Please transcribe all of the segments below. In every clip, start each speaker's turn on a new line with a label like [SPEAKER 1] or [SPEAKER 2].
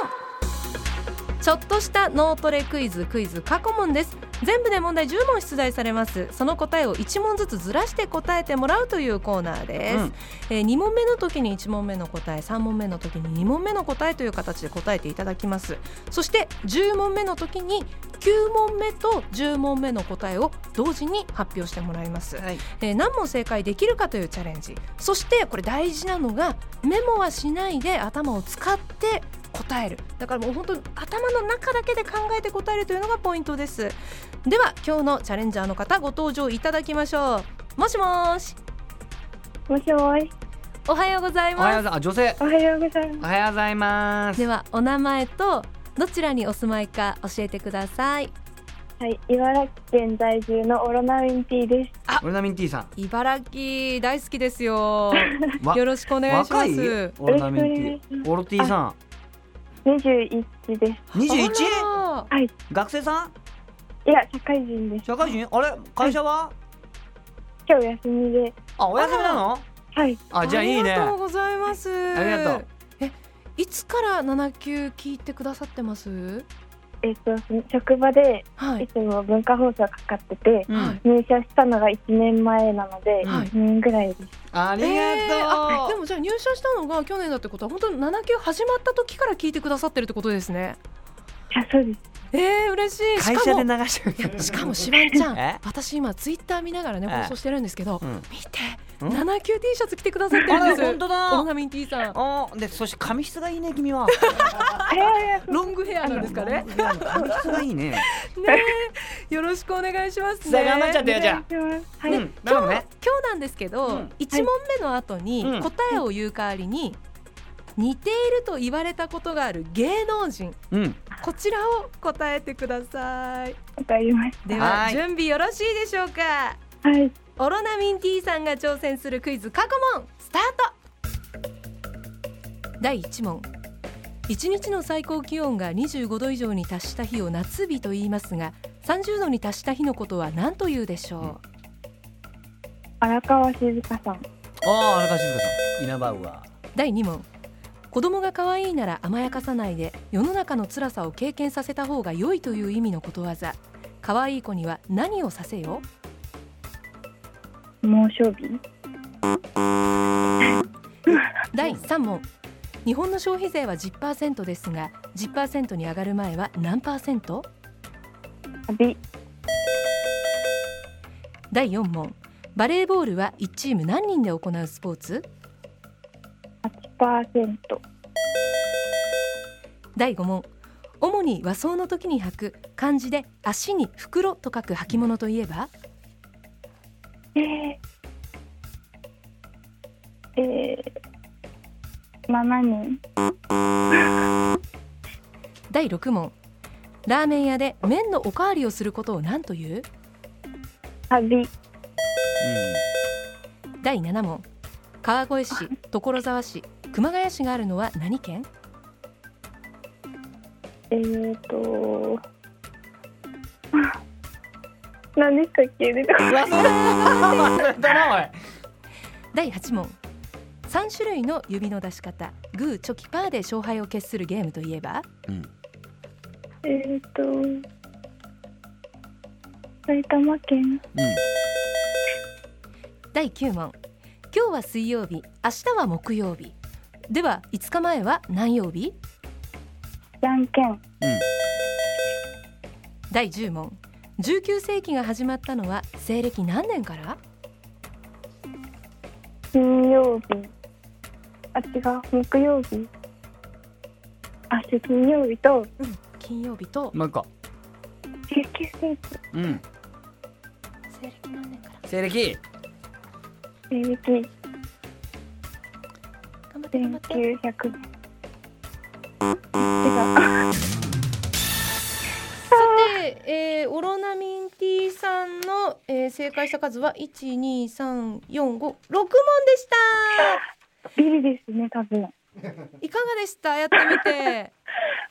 [SPEAKER 1] 過問ちょっとした脳トレクイズクイズ過去問です全部で問題10問出題されますその答えを1問ずつずらして答えてもらうというコーナーです、
[SPEAKER 2] うん
[SPEAKER 1] えー、2問目の時に1問目の答え3問目の時に2問目の答えという形で答えていただきますそして10問目の時に9問目と10問目の答えを同時に発表してもらいます、
[SPEAKER 2] はい、
[SPEAKER 1] えー何問正解できるかというチャレンジそしてこれ大事なのがメモはしないで頭を使って答えるだからもう本当に頭の中だけで考えて答えるというのがポイントですでは今日のチャレンジャーの方ご登場いただきましょうもしもーし
[SPEAKER 3] もしもし。
[SPEAKER 1] おはようござい
[SPEAKER 2] おはよう
[SPEAKER 1] ま
[SPEAKER 2] ございますあ女性
[SPEAKER 3] おはようござい
[SPEAKER 2] お
[SPEAKER 3] ます。
[SPEAKER 2] はようございますす
[SPEAKER 1] ではお名前とどちらにお住まいか教えてください
[SPEAKER 3] はい、茨城県在住のオロナミン T です。
[SPEAKER 2] オルナミン T さん
[SPEAKER 1] 茨城大好きです よ
[SPEAKER 2] わ
[SPEAKER 1] よろしくお願いしま
[SPEAKER 2] 若い
[SPEAKER 1] す
[SPEAKER 2] オルナミ
[SPEAKER 3] よろ
[SPEAKER 2] ン
[SPEAKER 3] しくお願いし
[SPEAKER 2] T オロ T さ
[SPEAKER 3] 二十一です。
[SPEAKER 2] ん21
[SPEAKER 1] あら
[SPEAKER 2] 学生さん
[SPEAKER 3] いや、社会人です。
[SPEAKER 2] 社会人あれ会社は
[SPEAKER 3] 今日休みで。
[SPEAKER 2] あお休みなの
[SPEAKER 3] はい。
[SPEAKER 2] あじゃあいいね
[SPEAKER 1] ありがとうございます。
[SPEAKER 2] ありがとう。
[SPEAKER 1] え、いつから七級聞いてくださってます？
[SPEAKER 3] えっ、と、職場で
[SPEAKER 1] はいい。
[SPEAKER 3] つも文化放送かかってて、
[SPEAKER 2] う
[SPEAKER 1] はい
[SPEAKER 2] ん
[SPEAKER 3] 入社したのが一年前なので、
[SPEAKER 1] はい
[SPEAKER 3] 一年ぐらいです。
[SPEAKER 2] あり
[SPEAKER 1] えーあ
[SPEAKER 2] が
[SPEAKER 1] で
[SPEAKER 2] とう
[SPEAKER 1] もじゃあ入社したのが去年だってことは本当に七級始まった時から聞いてくださってるってことですね。
[SPEAKER 3] あ、そうです。
[SPEAKER 1] えー、嬉しい。し
[SPEAKER 2] 会
[SPEAKER 1] か
[SPEAKER 2] 社で
[SPEAKER 1] も
[SPEAKER 2] 流してる
[SPEAKER 1] しかもしばんちゃん
[SPEAKER 2] え、
[SPEAKER 1] 私今ツイッター見ながらね
[SPEAKER 2] え
[SPEAKER 1] 放送してるんですけど
[SPEAKER 2] う、ん
[SPEAKER 1] 見て
[SPEAKER 2] ん
[SPEAKER 1] 七級 T シャツ着てくださって
[SPEAKER 2] あ
[SPEAKER 1] るん
[SPEAKER 2] ら
[SPEAKER 1] です。
[SPEAKER 2] 本当
[SPEAKER 1] オロ
[SPEAKER 2] だ
[SPEAKER 1] ナミン T さん、
[SPEAKER 2] おでそして髪質がいいね君は
[SPEAKER 3] あいやいや
[SPEAKER 1] ロングヘアなんですかね。
[SPEAKER 2] 髪質がいいね
[SPEAKER 1] ねえ、よろしくお願いしますね。
[SPEAKER 2] さあ頑張っちゃってよじゃあ
[SPEAKER 3] お願いします。はい。
[SPEAKER 2] うん
[SPEAKER 1] 今
[SPEAKER 2] 頼
[SPEAKER 1] 日
[SPEAKER 2] むね
[SPEAKER 1] 今日なんですけ
[SPEAKER 2] う
[SPEAKER 1] ど
[SPEAKER 2] ん、
[SPEAKER 1] 一、問目の後に
[SPEAKER 2] うん
[SPEAKER 1] 答えを言う代わりに、似ていると言われたことがある芸能人、
[SPEAKER 2] うん
[SPEAKER 1] こちらを答えてください。
[SPEAKER 3] わかりまし
[SPEAKER 1] では
[SPEAKER 2] はい
[SPEAKER 1] 準備よろしいでしょうか。
[SPEAKER 3] た。はい。
[SPEAKER 1] オロナミン T さんが挑戦するクイズ過去問スタート第1問1日の最高気温が25度以上に達した日を夏日と言いますが30度に達した日のことは何と言うでしょう
[SPEAKER 3] 荒川静香さん。
[SPEAKER 2] ああ荒川静香さん稲葉は
[SPEAKER 1] 第2問子供が可愛いなら甘やかさないで世の中の辛さを経験させた方が良いという意味のことわざ可愛い子には何をさせよ
[SPEAKER 3] 猛暑日。
[SPEAKER 1] 第3問日本の消費税は10%ですが10%に上がる前は何パーセント
[SPEAKER 3] び。
[SPEAKER 1] 第4問バレーボールは1チーム何人で行うスポーツ
[SPEAKER 3] 八パーセント。
[SPEAKER 1] 第5問主に和装の時に履く漢字で足に袋と書く履物といえば
[SPEAKER 3] えー。えー。七人。
[SPEAKER 1] 第6問ラーメン屋で麺のおかわりをすることを何という
[SPEAKER 3] 旅
[SPEAKER 1] 第7問川越市所沢市熊谷市があるのは何県
[SPEAKER 3] えーと あ何でしたっけ出てこ
[SPEAKER 2] う
[SPEAKER 3] な んい
[SPEAKER 2] 忘れたなおい
[SPEAKER 1] 第8問3種類の指の出し方グーチョキパーで勝敗を決するゲームといえば
[SPEAKER 3] えーと埼玉県
[SPEAKER 1] 第9問今日は水曜日明日は木曜日では5日前は何曜日
[SPEAKER 3] じゃんけん
[SPEAKER 1] 第10問19世紀が始まったのは西暦何年から
[SPEAKER 3] 金曜日あ違う木曜日あ違う金曜日と
[SPEAKER 1] 金曜日と
[SPEAKER 2] もう一個
[SPEAKER 3] 19世紀
[SPEAKER 2] うん
[SPEAKER 1] 西暦何年から
[SPEAKER 2] 西暦
[SPEAKER 3] 西暦
[SPEAKER 1] 頑張って頑張って
[SPEAKER 3] 1900年違う
[SPEAKER 1] で、えー、オロナミン T さんの、えー、正解した数は一二三四五六問でし
[SPEAKER 3] ビリですね多分
[SPEAKER 1] た。いかがでした？やってみ て。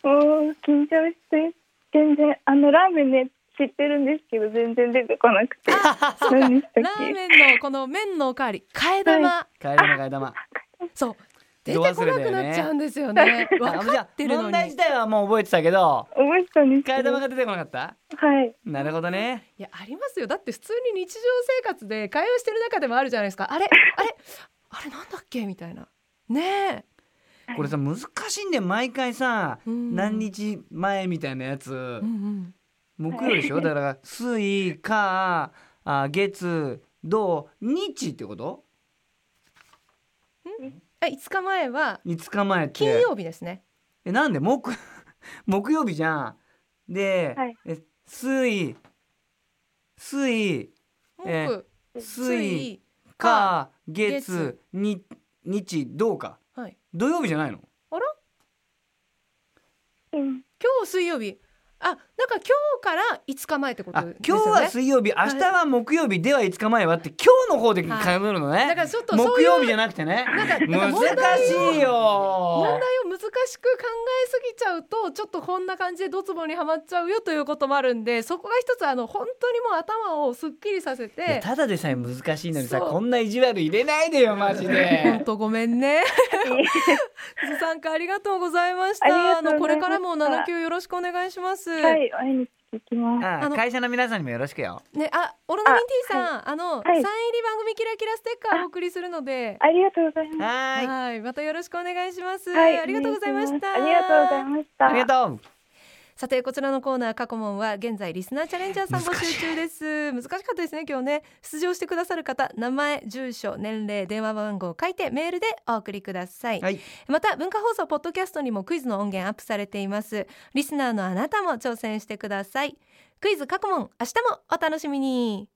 [SPEAKER 3] もう緊張して全然あのラーメンね知ってるんですけど全然出てこなくて何でしたっ
[SPEAKER 1] ラー
[SPEAKER 3] け
[SPEAKER 1] メンのこの麺のおかわり、替え玉。
[SPEAKER 2] 替え玉替え玉
[SPEAKER 1] そう。出てこなくなっちゃうんですよね。
[SPEAKER 2] あ
[SPEAKER 1] 分
[SPEAKER 2] じ
[SPEAKER 1] か
[SPEAKER 2] ゃあ
[SPEAKER 1] ってるの
[SPEAKER 2] 問
[SPEAKER 1] に。
[SPEAKER 2] 題自体はもう覚えてたけど
[SPEAKER 3] 覚えてたんです
[SPEAKER 2] 替え
[SPEAKER 3] けど
[SPEAKER 2] 玉が出てこなかった
[SPEAKER 3] はい
[SPEAKER 2] なるほどね
[SPEAKER 1] いやありますよ。だって普通に日常生活で会話してる中でもあるじゃないですか。あれあれあれなんだっけみたいな。ねえ。
[SPEAKER 2] これさ難しいんだよ毎回さ
[SPEAKER 1] うん
[SPEAKER 2] 何日前みたいなやつ
[SPEAKER 1] うんうん。
[SPEAKER 2] 木曜で しょだから水火あ月土日ってこと
[SPEAKER 1] あ5日前は
[SPEAKER 2] 5日前って
[SPEAKER 1] 金曜日ですね。
[SPEAKER 2] えなんで木 木曜日じゃんで、
[SPEAKER 3] はい
[SPEAKER 2] え水水
[SPEAKER 1] 木、
[SPEAKER 2] え水
[SPEAKER 1] 水
[SPEAKER 2] 火月
[SPEAKER 1] 月
[SPEAKER 2] に日どうか
[SPEAKER 1] はい。
[SPEAKER 2] 土曜日じゃないの
[SPEAKER 3] うん
[SPEAKER 1] 今日水曜日。あだから今日から5日前ってこと
[SPEAKER 2] あ
[SPEAKER 1] ですよね。
[SPEAKER 2] 今日は水曜日、
[SPEAKER 1] い
[SPEAKER 2] 明日は木曜日では5日前はって今日の方で考えるのね、
[SPEAKER 1] だからちょっとそう
[SPEAKER 2] 木
[SPEAKER 1] いう
[SPEAKER 2] 曜日じゃなくてね
[SPEAKER 1] なんかなん
[SPEAKER 2] 難
[SPEAKER 1] か問題
[SPEAKER 2] しいよ
[SPEAKER 1] 問題を難しく考えすぎちゃうとちょっとこんな感じでドツボにはまっちゃうよということもあるんでそこが一つあの本当にもう頭をすっきりさせ
[SPEAKER 2] いや
[SPEAKER 1] て
[SPEAKER 2] ただでさえ難しいのにさ
[SPEAKER 1] そう
[SPEAKER 2] こんな意地悪入れないでよマジ
[SPEAKER 1] 本
[SPEAKER 2] で
[SPEAKER 1] 当ごめん ねご参加ありがとうございました
[SPEAKER 3] ありがと
[SPEAKER 1] の
[SPEAKER 3] う
[SPEAKER 1] こ
[SPEAKER 3] ござ
[SPEAKER 1] れ
[SPEAKER 3] いました
[SPEAKER 1] からも7級よろしくお願いします、
[SPEAKER 3] はい毎日行きます
[SPEAKER 2] あ
[SPEAKER 1] あの
[SPEAKER 2] 会社の皆さんにもよろしくよ
[SPEAKER 1] ねあオロナミン T さんあ,、の、
[SPEAKER 3] はい
[SPEAKER 1] サイン入り番組キラキラステッカーをお送りするので
[SPEAKER 3] ありがとうございます
[SPEAKER 2] はーい
[SPEAKER 1] はいまたよろしくお願いします、
[SPEAKER 3] はい
[SPEAKER 1] ありがとうございました
[SPEAKER 3] ありがとうございました
[SPEAKER 2] ありがとう
[SPEAKER 1] さてこちらのコーナー過去問は現在リスナーチャレンジャーさん募集中です難しかったですね今日ね出場してくださる方名前住所年齢電話番号を書いてメールでお送りください、
[SPEAKER 2] はい
[SPEAKER 1] また文化放送ポッドキャストにもクイズの音源アップされていますリスナーのあなたも挑戦してくださいクイズ過去問明日もお楽しみに